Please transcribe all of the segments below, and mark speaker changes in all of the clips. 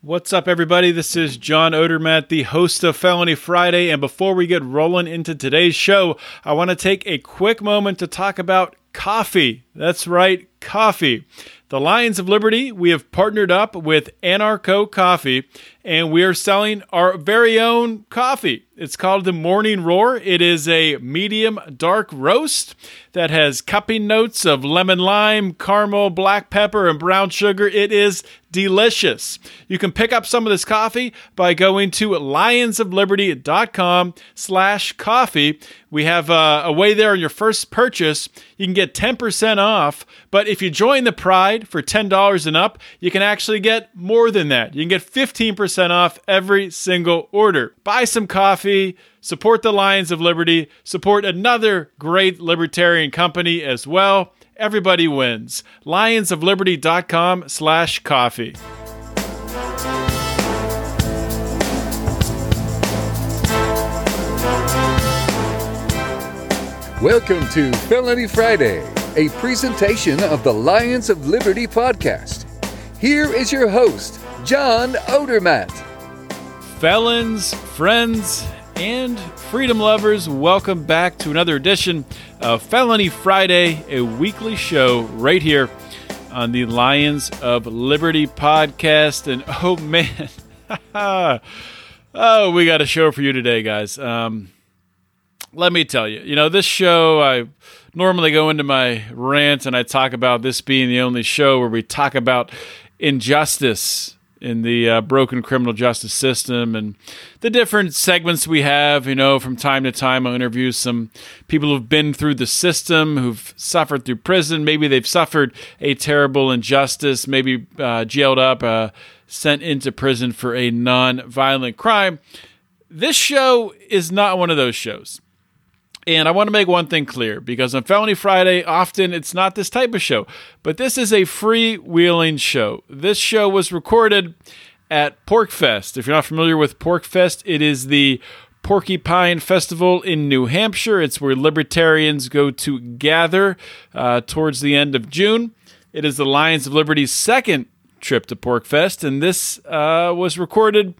Speaker 1: What's up, everybody? This is John Odermatt, the host of Felony Friday. And before we get rolling into today's show, I want to take a quick moment to talk about coffee. That's right, coffee. The Lions of Liberty, we have partnered up with Anarcho Coffee, and we are selling our very own coffee. It's called the Morning Roar. It is a medium dark roast that has cupping notes of lemon lime, caramel, black pepper, and brown sugar. It is delicious. You can pick up some of this coffee by going to lionsofliberty.com slash coffee. We have uh, a way there on your first purchase. You can get 10% off, but if you join the Pride for $10 and up, you can actually get more than that. You can get 15% off every single order. Buy some coffee, support the Lions of Liberty, support another great libertarian company as well everybody wins. Lionsofliberty.com slash coffee.
Speaker 2: Welcome to Felony Friday, a presentation of the Lions of Liberty podcast. Here is your host, John Odermatt.
Speaker 1: Felons, friends, and freedom lovers, welcome back to another edition of Felony Friday, a weekly show right here on the Lions of Liberty podcast. And oh man, oh, we got a show for you today, guys. Um, let me tell you, you know, this show, I normally go into my rant and I talk about this being the only show where we talk about injustice in the uh, broken criminal justice system and the different segments we have. You know, from time to time, I interview some people who've been through the system, who've suffered through prison. Maybe they've suffered a terrible injustice, maybe uh, jailed up, uh, sent into prison for a non violent crime. This show is not one of those shows. And I want to make one thing clear because on Felony Friday, often it's not this type of show, but this is a freewheeling show. This show was recorded at Porkfest. If you're not familiar with Porkfest, it is the Porcupine Festival in New Hampshire. It's where libertarians go to gather uh, towards the end of June. It is the Lions of Liberty's second trip to Porkfest, and this uh, was recorded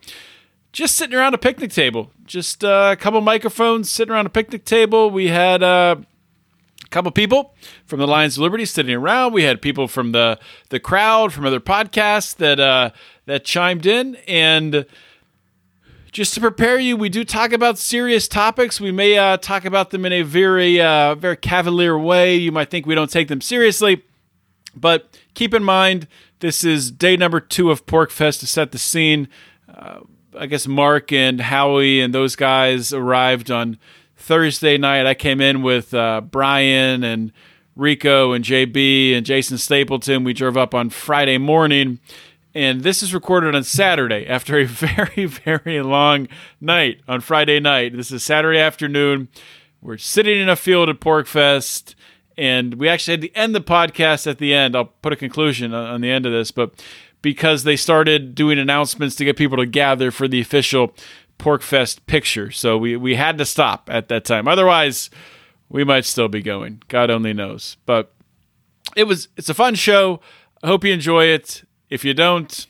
Speaker 1: just sitting around a picnic table. Just uh, a couple microphones sitting around a picnic table. We had uh, a couple people from the Lions of Liberty sitting around. We had people from the the crowd from other podcasts that uh, that chimed in and. Just to prepare you, we do talk about serious topics. We may uh, talk about them in a very, uh, very cavalier way. You might think we don't take them seriously, but keep in mind this is day number two of Porkfest to set the scene. I guess Mark and Howie and those guys arrived on Thursday night. I came in with uh, Brian and Rico and JB and Jason Stapleton. We drove up on Friday morning, and this is recorded on Saturday after a very, very long night on Friday night. This is Saturday afternoon. We're sitting in a field at Porkfest and we actually had to end the podcast at the end. I'll put a conclusion on on the end of this, but because they started doing announcements to get people to gather for the official Porkfest picture, so we we had to stop at that time. Otherwise, we might still be going. God only knows. But it was it's a fun show. I hope you enjoy it. If you don't,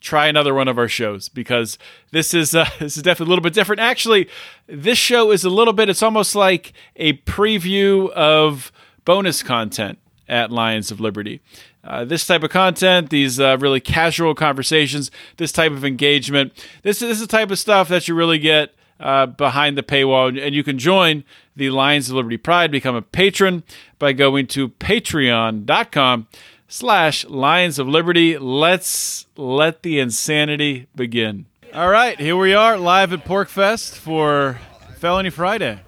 Speaker 1: try another one of our shows because this is uh, this is definitely a little bit different. Actually, this show is a little bit. It's almost like a preview of bonus content at Lions of Liberty. Uh, this type of content, these uh, really casual conversations, this type of engagement, this, this is the type of stuff that you really get uh, behind the paywall. And you can join the Lions of Liberty Pride, become a patron by going to patreon.com slash Lions of Liberty. Let's let the insanity begin. All right, here we are live at Porkfest for Felony Friday.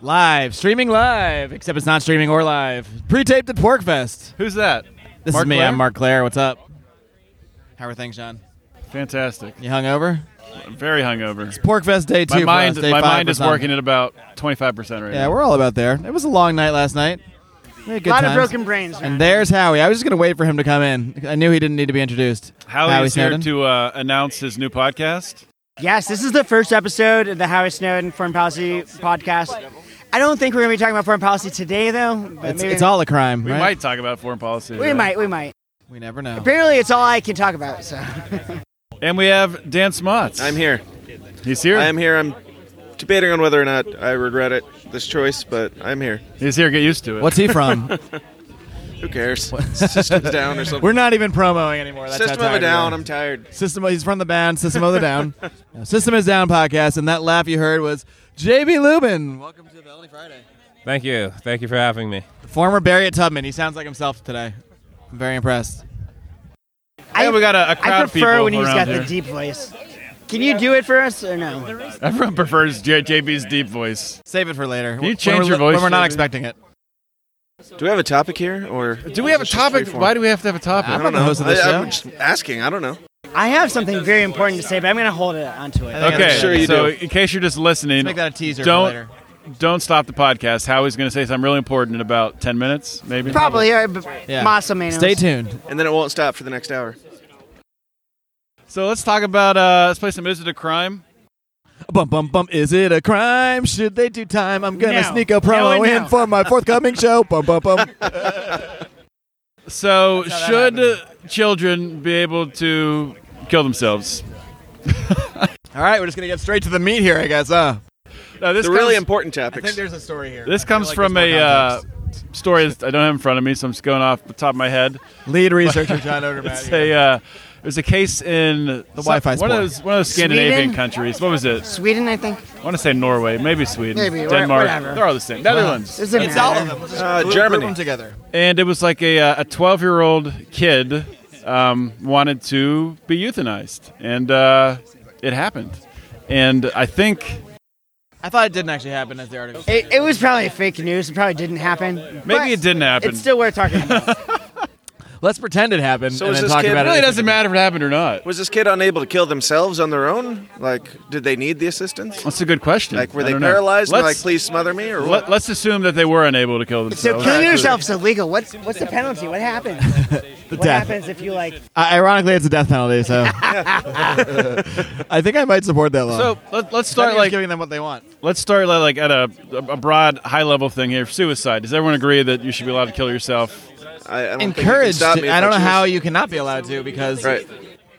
Speaker 3: Live, streaming live, except it's not streaming or live. Pre-taped at Porkfest.
Speaker 1: Who's that?
Speaker 3: This
Speaker 1: Mark
Speaker 3: is me.
Speaker 1: Claire?
Speaker 3: I'm Mark Claire. What's up? How are things, John?
Speaker 1: Fantastic.
Speaker 3: You hungover?
Speaker 1: I'm very hungover.
Speaker 3: Porkfest day two.
Speaker 1: My
Speaker 3: for
Speaker 1: mind,
Speaker 3: us, day
Speaker 1: my
Speaker 3: five
Speaker 1: mind
Speaker 3: for
Speaker 1: is
Speaker 3: some.
Speaker 1: working at about 25% right
Speaker 3: Yeah,
Speaker 1: now.
Speaker 3: we're all about there. It was a long night last night. We had good
Speaker 4: A lot
Speaker 3: times.
Speaker 4: of broken brains. man.
Speaker 3: And there's Howie. I was just gonna wait for him to come in. I knew he didn't need to be introduced.
Speaker 1: Howie is here
Speaker 3: Snowden.
Speaker 1: to uh, announce his new podcast.
Speaker 4: yes, this is the first episode of the Howie Snowden Foreign Policy podcast. I don't think we're going to be talking about foreign policy today, though. But
Speaker 3: It's,
Speaker 4: maybe-
Speaker 3: it's all a crime,
Speaker 1: We
Speaker 3: right?
Speaker 1: might talk about foreign policy.
Speaker 4: We
Speaker 1: today.
Speaker 4: might. We might.
Speaker 3: We never know.
Speaker 4: Apparently, it's all I can talk about. So
Speaker 1: And we have Dan Smotz.
Speaker 5: I'm here.
Speaker 1: He's here.
Speaker 5: I am here. I'm debating on whether or not I regret it, this choice, but I'm here.
Speaker 1: He's here. Get used to it.
Speaker 3: What's he from?
Speaker 5: Who cares? System's down or something.
Speaker 3: We're not even promoting anymore. That's
Speaker 5: System
Speaker 3: how
Speaker 5: of a
Speaker 3: tired we
Speaker 5: down.
Speaker 3: are.
Speaker 5: I'm tired.
Speaker 3: System. He's from the band System of the Down. Now, System is Down podcast, and that laugh you heard was JB Lubin,
Speaker 6: Welcome to Felony Friday. Thank you. Thank you for having me.
Speaker 3: former Barrett Tubman. He sounds like himself today. I'm very impressed.
Speaker 1: Yeah, we got a, a
Speaker 4: I
Speaker 1: crowd
Speaker 4: prefer
Speaker 1: people
Speaker 4: when he's
Speaker 1: around
Speaker 4: got
Speaker 1: here.
Speaker 4: the deep voice. Can you do it for us or no?
Speaker 1: Everyone prefers J- JB's deep voice.
Speaker 3: Save it for later.
Speaker 1: Can you
Speaker 3: When
Speaker 1: change
Speaker 3: we're-
Speaker 1: your voice,
Speaker 3: when we're not
Speaker 1: JB?
Speaker 3: expecting it?
Speaker 5: Do we have a topic here, or
Speaker 1: Do we have a topic? Why do we have to have a topic?
Speaker 5: I don't know.
Speaker 3: the host of this
Speaker 5: I,
Speaker 3: show.
Speaker 5: I'm just asking. I don't know.
Speaker 4: I have something very important to say, but I'm going to hold it onto it.
Speaker 1: Okay,
Speaker 5: I'm sure you
Speaker 1: so
Speaker 5: do.
Speaker 1: in case you're just listening,
Speaker 3: Make that a teaser. for
Speaker 1: Don't-
Speaker 3: later.
Speaker 1: don't stop the podcast. Howie's going to say something really important in about 10 minutes, maybe?
Speaker 4: Probably. uh, all right, but Massimino.
Speaker 3: Stay tuned.
Speaker 5: And then it won't stop for the next hour.
Speaker 1: So let's talk about, uh, let's play some Is It a Crime?
Speaker 3: Bump, bump, bump. Is it a crime? Should they do time? I'm gonna
Speaker 4: Now.
Speaker 3: sneak a
Speaker 4: Now
Speaker 3: promo
Speaker 4: and
Speaker 3: in
Speaker 4: now.
Speaker 3: for my forthcoming show. Bump, bump, bump.
Speaker 1: So should children be able to kill themselves?
Speaker 3: All right, we're just gonna get straight to the meat here, I guess. Huh?
Speaker 1: Now, this
Speaker 5: The really
Speaker 1: comes-
Speaker 5: important topics.
Speaker 3: there's a story here.
Speaker 1: This comes from a uh, story that I don't have in front of me, so I'm just going off the top of my head.
Speaker 3: lead researcher John Odermatt.
Speaker 1: It's a uh, there's a case in the
Speaker 3: Wi-Fi
Speaker 1: one of
Speaker 3: sport.
Speaker 1: those one of those Scandinavian
Speaker 4: Sweden?
Speaker 1: countries. What was it?
Speaker 4: Sweden, I think.
Speaker 1: I want to say Norway, maybe Sweden,
Speaker 4: Maybe, wha-
Speaker 1: Denmark.
Speaker 4: whatever.
Speaker 1: They're all the same. Netherlands.
Speaker 4: Doesn't
Speaker 3: It's all
Speaker 4: matter.
Speaker 3: of them. Just
Speaker 5: Uh,
Speaker 3: group-
Speaker 5: Germany.
Speaker 3: group them together.
Speaker 1: And it was like a uh, a 12 year old kid um, wanted to be euthanized, and uh, it happened. And I think
Speaker 3: I thought it didn't actually happen as the article.
Speaker 4: It, it was probably fake news. It probably didn't happen. but
Speaker 1: maybe it didn't happen.
Speaker 4: It's still worth talking about.
Speaker 3: Let's pretend it happened
Speaker 5: So
Speaker 3: and
Speaker 5: is
Speaker 3: then
Speaker 5: this
Speaker 3: talk
Speaker 5: kid-
Speaker 3: about
Speaker 1: it really
Speaker 3: it.
Speaker 1: doesn't matter if it happened or not.
Speaker 5: Was this kid unable to kill themselves on their own? Like, did they need the assistance?
Speaker 1: That's a good question.
Speaker 5: Like, were
Speaker 1: I
Speaker 5: they
Speaker 1: don't know.
Speaker 5: paralyzed? and they're like,
Speaker 1: Let's-
Speaker 5: please smother me, or what?
Speaker 1: Let, us assume that they were unable to kill
Speaker 4: So
Speaker 1: themselves.
Speaker 4: killing yourself is illegal. What's what's the penalty? What happens?
Speaker 3: The
Speaker 4: What
Speaker 3: death.
Speaker 4: happens if you like?
Speaker 3: Uh, ironically, it's a death penalty. So I think I might support that law.
Speaker 1: So let, let's start like
Speaker 3: giving them what they want.
Speaker 1: let's start li- like at a, a broad high level thing here. Suicide. Does everyone agree that you should be allowed to kill yourself?
Speaker 5: I, I don't think you can
Speaker 3: Encouraged.
Speaker 5: stop me if
Speaker 3: I don't know
Speaker 5: choose.
Speaker 3: how you cannot be allowed to because
Speaker 5: Right.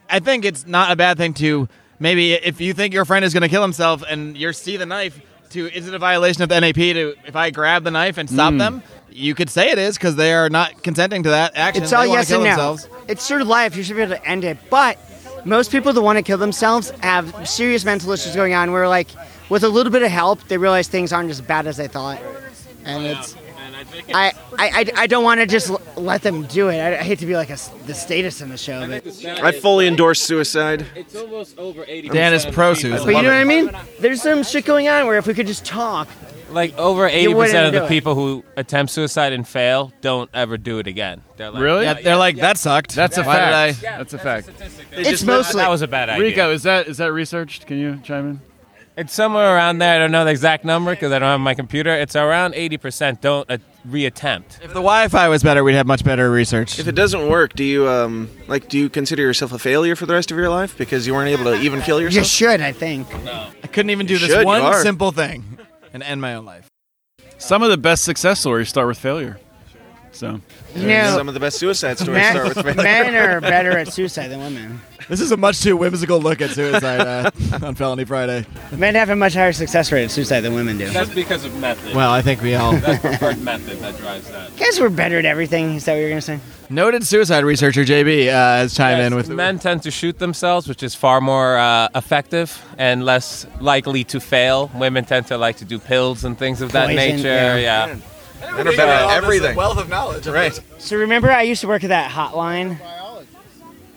Speaker 3: I think it's not a bad thing to maybe if you think your friend is going to kill himself and you see the knife. To is it a violation of the NAP to if I grab the knife and
Speaker 5: Hmm.
Speaker 3: stop them? You could say it is because they are not consenting to that action.
Speaker 4: It's
Speaker 3: They
Speaker 4: all
Speaker 3: wanna
Speaker 4: yes
Speaker 3: kill
Speaker 4: and no.
Speaker 3: themselves.
Speaker 4: It's your life. You should be able to end it. But most people that want to kill themselves have serious mental issues going on. Where like with a little bit of help, they realize things aren't as bad as they thought, and it's. I, I, I, I don't want to just l- let them do it. I, I hate to be like a s the status in the show, but,
Speaker 5: I fully endorse suicide.
Speaker 7: It's almost over 80.
Speaker 3: Dan is pro suicide.
Speaker 4: but you know what I mean. There's some shit going on where if we could just talk,
Speaker 7: Like over 80
Speaker 4: wouldn't
Speaker 7: percent of
Speaker 4: do
Speaker 7: the
Speaker 4: it.
Speaker 7: people who attempt suicide and fail don't ever do it again. They're like,
Speaker 1: Really?
Speaker 3: Yeah, they're like that sucked.
Speaker 1: That's a
Speaker 3: Why did I-
Speaker 1: fact. That's a fact.
Speaker 4: it's mostly
Speaker 7: That was a bad idea.
Speaker 1: Rico, is that is that researched? Can you chime in?
Speaker 7: It's somewhere around there. I don't know the exact number because I don't have my computer. It's around 80 percent don't uh, reattempt.
Speaker 3: If the Wi-Fi was better, we'd have much better research.
Speaker 5: If it doesn't work, do you um like do you consider yourself a failure for the rest of your life because you weren't able to even kill
Speaker 4: you
Speaker 5: yourself?
Speaker 4: should. I think.
Speaker 3: I couldn't even do this
Speaker 5: should, you
Speaker 3: one
Speaker 5: are.
Speaker 3: simple thing and end my own life.
Speaker 1: Some of the best success stories start with failure. So
Speaker 4: You know,
Speaker 5: Some of the best suicide stories
Speaker 4: men,
Speaker 5: start with
Speaker 4: men are better at suicide than women.
Speaker 3: This is a much too whimsical look at suicide uh, on Felony Friday.
Speaker 4: Men have a much higher success rate at suicide than women do.
Speaker 7: That's because of method.
Speaker 3: Well, I think we all
Speaker 7: preferred method that drives that.
Speaker 4: Guess we're better at everything. Is that what you're gonna say?
Speaker 3: noted suicide researcher JB uh, has chimed in with
Speaker 7: men tend to shoot themselves, which is far more uh, effective and less likely to fail. Women tend to like to do pills and things of that
Speaker 4: Poison,
Speaker 7: nature.
Speaker 4: yeah.
Speaker 7: yeah.
Speaker 5: men are better at everything.
Speaker 3: Wealth of knowledge, right?
Speaker 4: So remember, I used to work at that hotline.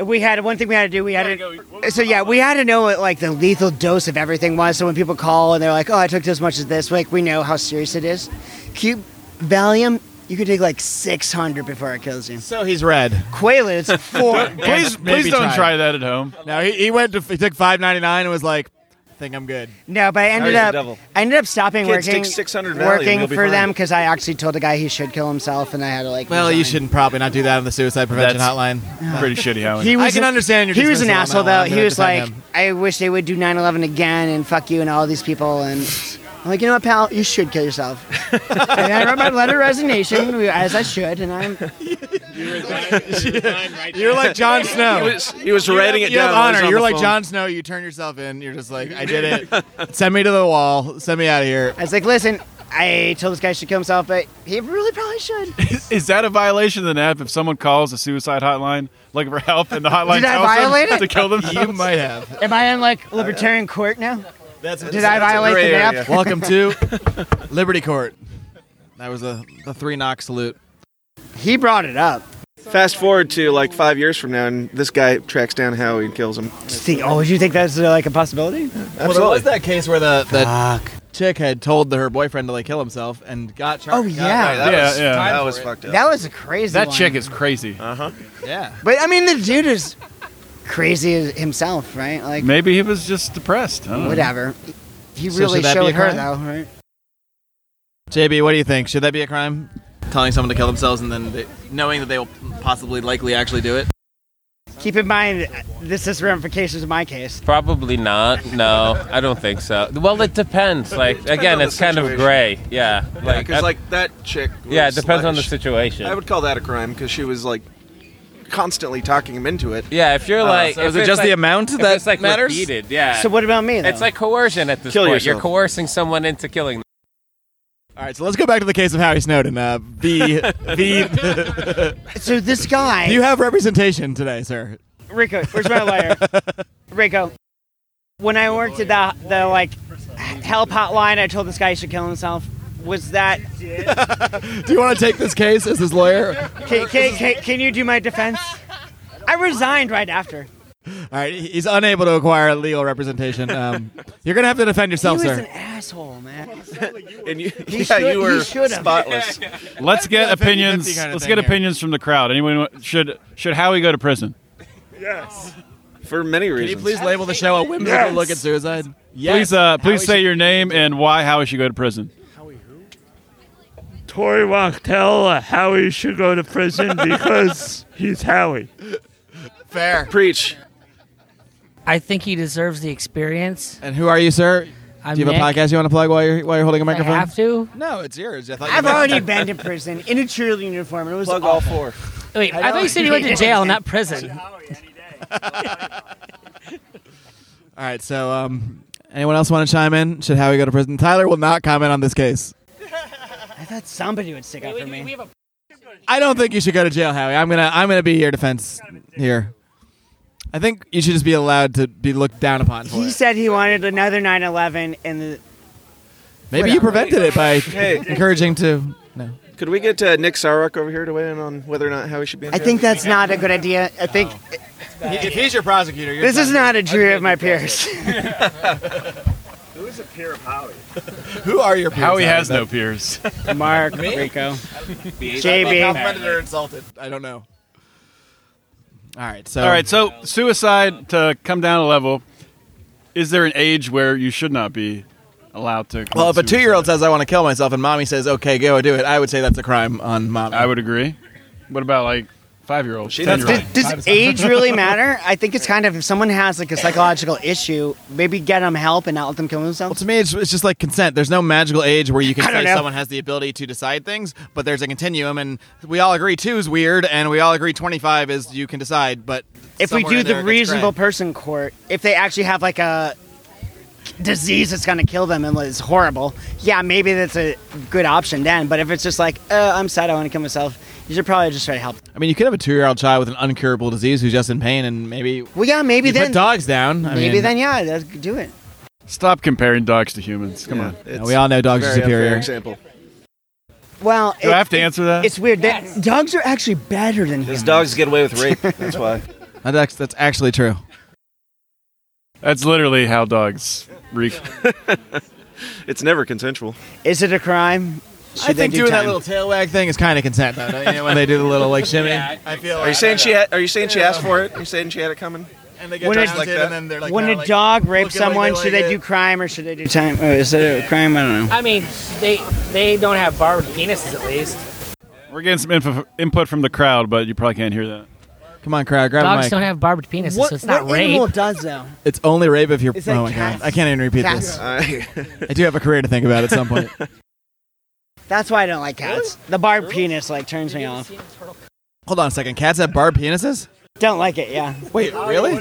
Speaker 4: We had one thing we had to do. We had to, so yeah, we had to know what like the lethal dose of everything was. So when people call and they're like, "Oh, I took this much as this," like we know how serious it is. Cube Valium, you could take like 600 before it kills you.
Speaker 3: So he's red.
Speaker 4: Quaaludes, four.
Speaker 1: please
Speaker 3: maybe
Speaker 1: please don't
Speaker 3: try.
Speaker 1: try that at home.
Speaker 3: Now he, he went to he took five ninety nine and was like, I think I'm good.
Speaker 4: No, but I ended
Speaker 5: he's the
Speaker 4: up
Speaker 5: devil.
Speaker 4: I ended up stopping
Speaker 5: Kids,
Speaker 4: working
Speaker 5: take 600 Valium,
Speaker 4: working
Speaker 5: you'll be
Speaker 4: for
Speaker 5: fine.
Speaker 4: them because I actually told a guy he should kill himself, and I had to like.
Speaker 3: Well, you
Speaker 4: resign.
Speaker 3: shouldn't probably not do that on the suicide prevention
Speaker 1: That's-
Speaker 3: hotline.
Speaker 1: Pretty shitty, Howie.
Speaker 4: He was
Speaker 3: I can understand your
Speaker 4: He was an
Speaker 3: dismissal on
Speaker 4: asshole
Speaker 3: that one. I'm
Speaker 4: though. He
Speaker 3: gonna
Speaker 4: was
Speaker 3: defend
Speaker 4: like,
Speaker 3: him.
Speaker 4: I wish they would do 9/11 again and fuck you and all these people and I'm like, you know what, pal? You should kill yourself. and I wrote my letter of resignation, as I should, and I'm
Speaker 3: You're like Jon Snow.
Speaker 5: He was, he was writing
Speaker 3: you
Speaker 5: it down.
Speaker 3: have
Speaker 5: while he was
Speaker 3: honor.
Speaker 5: on
Speaker 3: You're
Speaker 5: the
Speaker 3: like
Speaker 5: phone.
Speaker 3: Jon Snow. You turn yourself in. You're just like, I did it. Send me to the wall. Send me out of here.
Speaker 4: I was like, listen, I told this guy should kill himself, but he really probably should. Did
Speaker 1: Is that a violation of the app if someone calls the suicide hotline looking for help and the hotline
Speaker 4: Did I
Speaker 1: tells them
Speaker 4: violate it?
Speaker 1: to kill themselves?
Speaker 3: You might have.
Speaker 4: Am I in like libertarian court now?
Speaker 3: That's
Speaker 4: Did I violate
Speaker 5: gray
Speaker 4: the
Speaker 5: area.
Speaker 4: app?
Speaker 3: Welcome to Liberty Court. That was the, the three knock salute.
Speaker 4: He brought it up.
Speaker 5: Fast forward to like five years from now, and this guy tracks down Howie and kills him.
Speaker 4: Just think, oh, would you think that's uh, like a possibility?
Speaker 3: Well, there was that case where the, the chick had told her boyfriend to like kill himself and got charged.
Speaker 4: Oh yeah,
Speaker 5: That
Speaker 1: Yeah,
Speaker 5: was,
Speaker 1: yeah.
Speaker 5: That was fucked up.
Speaker 4: that was a crazy.
Speaker 1: That
Speaker 4: one.
Speaker 1: chick is crazy.
Speaker 3: yeah.
Speaker 4: But I mean, the dude is crazy as himself, right? Like
Speaker 1: Maybe he was just depressed. I don't know.
Speaker 4: whatever. He
Speaker 3: So
Speaker 4: really
Speaker 3: should that be
Speaker 4: showed
Speaker 3: a
Speaker 4: her
Speaker 3: crime?
Speaker 4: though, right?
Speaker 3: JB, what do you think? Should that be a crime? Telling someone to kill themselves and then they, knowing that they will possibly, likely, actually do it.
Speaker 4: Keep in mind, uh, this has ramifications in my case.
Speaker 7: Probably not. No, I don't think so. Well, it depends. Like again,
Speaker 5: on the
Speaker 7: it's kind of
Speaker 5: situation.
Speaker 7: gray. Yeah.
Speaker 5: Yeah,
Speaker 7: Like.
Speaker 5: because
Speaker 7: I-
Speaker 5: like that chick. Was
Speaker 7: yeah, it depends on the
Speaker 5: like-
Speaker 7: situation.
Speaker 5: I would call that a crime because she was like constantly talking him into it.
Speaker 7: yeah, if you're like,
Speaker 3: so is it
Speaker 7: if it's,
Speaker 3: just the
Speaker 7: like-
Speaker 3: amount
Speaker 7: if
Speaker 3: that
Speaker 7: it's, like
Speaker 3: matters?
Speaker 7: Repeated, yeah.
Speaker 4: So what about me? Though?
Speaker 7: It's like coercion at this
Speaker 5: Kill
Speaker 7: point. You're
Speaker 5: yourself.
Speaker 7: coercing someone into killing them.
Speaker 3: All right, so let's go back to the case of Howie Snowden. Uh, the, the,
Speaker 4: so. This guy,
Speaker 3: you have representation today, sir.
Speaker 4: Rico, where's my lawyer? Rico, when I worked at the the like help hotline, I told this guy he should kill himself. Was that?
Speaker 3: Do you want to take this case as his lawyer?
Speaker 4: Can, can, can, can you do my defense? I resigned right after.
Speaker 3: All right, he's unable to acquire legal representation. Um, you're gonna have to defend
Speaker 4: He
Speaker 3: yourself,
Speaker 4: was
Speaker 3: sir.
Speaker 4: an asshole, man.
Speaker 5: And you,
Speaker 4: He
Speaker 5: yeah,
Speaker 4: should-
Speaker 5: you
Speaker 4: he
Speaker 5: were
Speaker 4: should have.
Speaker 5: spotless.
Speaker 1: Let's get
Speaker 3: yeah, 50-50
Speaker 1: opinions.
Speaker 3: kinda
Speaker 1: Let's
Speaker 3: thing
Speaker 1: get
Speaker 3: here.
Speaker 1: opinions from the crowd. Anyone wa- should should Howie go to prison?
Speaker 5: for many
Speaker 3: Can you
Speaker 5: reasons.
Speaker 3: please label the show a whimsical look at suicide? Yes.
Speaker 1: Please, uh, please
Speaker 3: Howie
Speaker 1: say your name and why Howie should go to prison.
Speaker 8: Tori Wachtel, Howie should go to prison because he's Howie.
Speaker 3: should- fair.
Speaker 5: Preach.
Speaker 9: I think he deserves the experience.
Speaker 3: And who are you, sir?
Speaker 9: I'm
Speaker 3: Do you have
Speaker 9: Nick.
Speaker 3: a podcast you want to plug while you're while you're holding a
Speaker 9: I
Speaker 3: microphone?
Speaker 9: have to.
Speaker 3: No, it's yours. I thought
Speaker 4: I've already been to prison in a cheerleading uniform. and It was
Speaker 5: Plug all
Speaker 4: awful.
Speaker 5: four.
Speaker 9: Wait, I, thought you said he went to jail, not prison.
Speaker 3: All right, so um, anyone else want to chime in? Should Howie go to prison? Tyler will not comment on this case.
Speaker 4: I thought somebody would stick up for me.
Speaker 3: I don't think you should go to jail, Howie. I'm gonna I'm gonna be your defense here. I think you should just be allowed to be looked down upon for
Speaker 4: He
Speaker 3: it.
Speaker 4: said he wanted another 9/11, and the,
Speaker 3: Maybe you prevented it by
Speaker 5: Hey.
Speaker 3: encouraging to. No.
Speaker 5: Could we get uh, Nick Sarok over here to weigh in on whether or not Howie should be in
Speaker 4: I
Speaker 5: jail?
Speaker 4: think that's not a good idea. I think
Speaker 3: If he's your prosecutor,
Speaker 4: this is not a jury of my peers.
Speaker 3: Who are your peers?
Speaker 1: Howie has no peers.
Speaker 4: Mark, Rico, JB.
Speaker 3: Complimented or insulted? I don't know. All right, so
Speaker 1: All right, so suicide to come down a level. Is there an age where you should not be allowed to? commit
Speaker 3: Well, if a
Speaker 1: suicide?
Speaker 3: two-year-old says I want to kill myself and mommy says okay, go do it, I would say that's a crime on mommy.
Speaker 1: I would agree. What about like five-year-olds,
Speaker 5: She doesn't-
Speaker 1: ten-year-olds?
Speaker 4: Does age really matter? I think it's kind of if someone has like a psychological issue, maybe get them help and not let them kill
Speaker 3: Well,
Speaker 4: themselves.
Speaker 3: to me, it's, it's just like consent. There's no magical age where you can
Speaker 4: I don't
Speaker 3: say
Speaker 4: know.
Speaker 3: someone has the ability to decide things, but there's a continuum, and we all agree two is weird, and we all agree 25 is you can decide. But
Speaker 4: If we
Speaker 3: somewhere
Speaker 4: do
Speaker 3: in there
Speaker 4: the
Speaker 3: it gets
Speaker 4: reasonable
Speaker 3: cracked.
Speaker 4: person court, if they actually have like a disease that's going to kill them and it's horrible, yeah, maybe that's a good option then. But if it's just like, uh, I'm sad, I want to kill myself, you should probably just try to help.
Speaker 3: I mean, you could have a two-year-old child with an uncurable disease who's just in pain, and maybe
Speaker 4: Well, yeah, maybe
Speaker 3: you
Speaker 4: then.
Speaker 3: put dogs down. I
Speaker 4: maybe
Speaker 3: mean,
Speaker 4: then, yeah, that's- do it.
Speaker 1: Stop comparing dogs to humans. Come on.
Speaker 5: It's
Speaker 3: we all know dogs are
Speaker 5: very unfair
Speaker 3: superior.
Speaker 5: Example.
Speaker 4: Well,
Speaker 1: Do
Speaker 4: it-
Speaker 1: I have to answer that?
Speaker 4: It's weird. that Dogs are actually better than
Speaker 5: His
Speaker 4: humans.
Speaker 5: dogs get away with rape. That's why.
Speaker 3: That's, that's actually true.
Speaker 1: That's literally how dogs wreak.
Speaker 5: It's never consensual.
Speaker 4: Is it a crime? Should
Speaker 3: I think
Speaker 4: they do
Speaker 3: doing
Speaker 4: time?
Speaker 3: that little tail wag thing is kind of consent, though. Don't you? when they do the little like shimmy, I feel.
Speaker 5: Are you saying she? Ha- are you saying she asked for it? Are you saying she had it coming?
Speaker 3: and they get
Speaker 4: When a-
Speaker 3: dressed
Speaker 5: like
Speaker 3: it,
Speaker 5: that?
Speaker 3: and then they're like
Speaker 4: when a
Speaker 3: kinda like-
Speaker 4: dog rapes
Speaker 3: looking like
Speaker 4: someone,
Speaker 3: they
Speaker 4: should
Speaker 3: like
Speaker 4: they do
Speaker 3: it.
Speaker 4: crime or should they do time? Oh, is it a crime? I don't know.
Speaker 9: I mean, they they don't have barbed penises at least.
Speaker 1: We're getting some info, input from the crowd, but you probably can't hear that.
Speaker 3: Come on, crowd, grab a
Speaker 9: Dogs
Speaker 3: mic.
Speaker 9: don't have barbed penises,
Speaker 4: what
Speaker 9: so it's not
Speaker 4: what
Speaker 9: rape.
Speaker 4: animal does though?
Speaker 3: it's only rape if you're.
Speaker 4: It's like
Speaker 3: oh my
Speaker 4: cats.
Speaker 3: god, I can't even repeat
Speaker 4: Cats.
Speaker 3: this. I do have a career to think about at some point.
Speaker 4: That's why I don't like cats. The barbed penis like turns me off.
Speaker 3: Hold on a second. Cats have barbed penises?
Speaker 4: Don't like it. Yeah.
Speaker 3: Wait, really?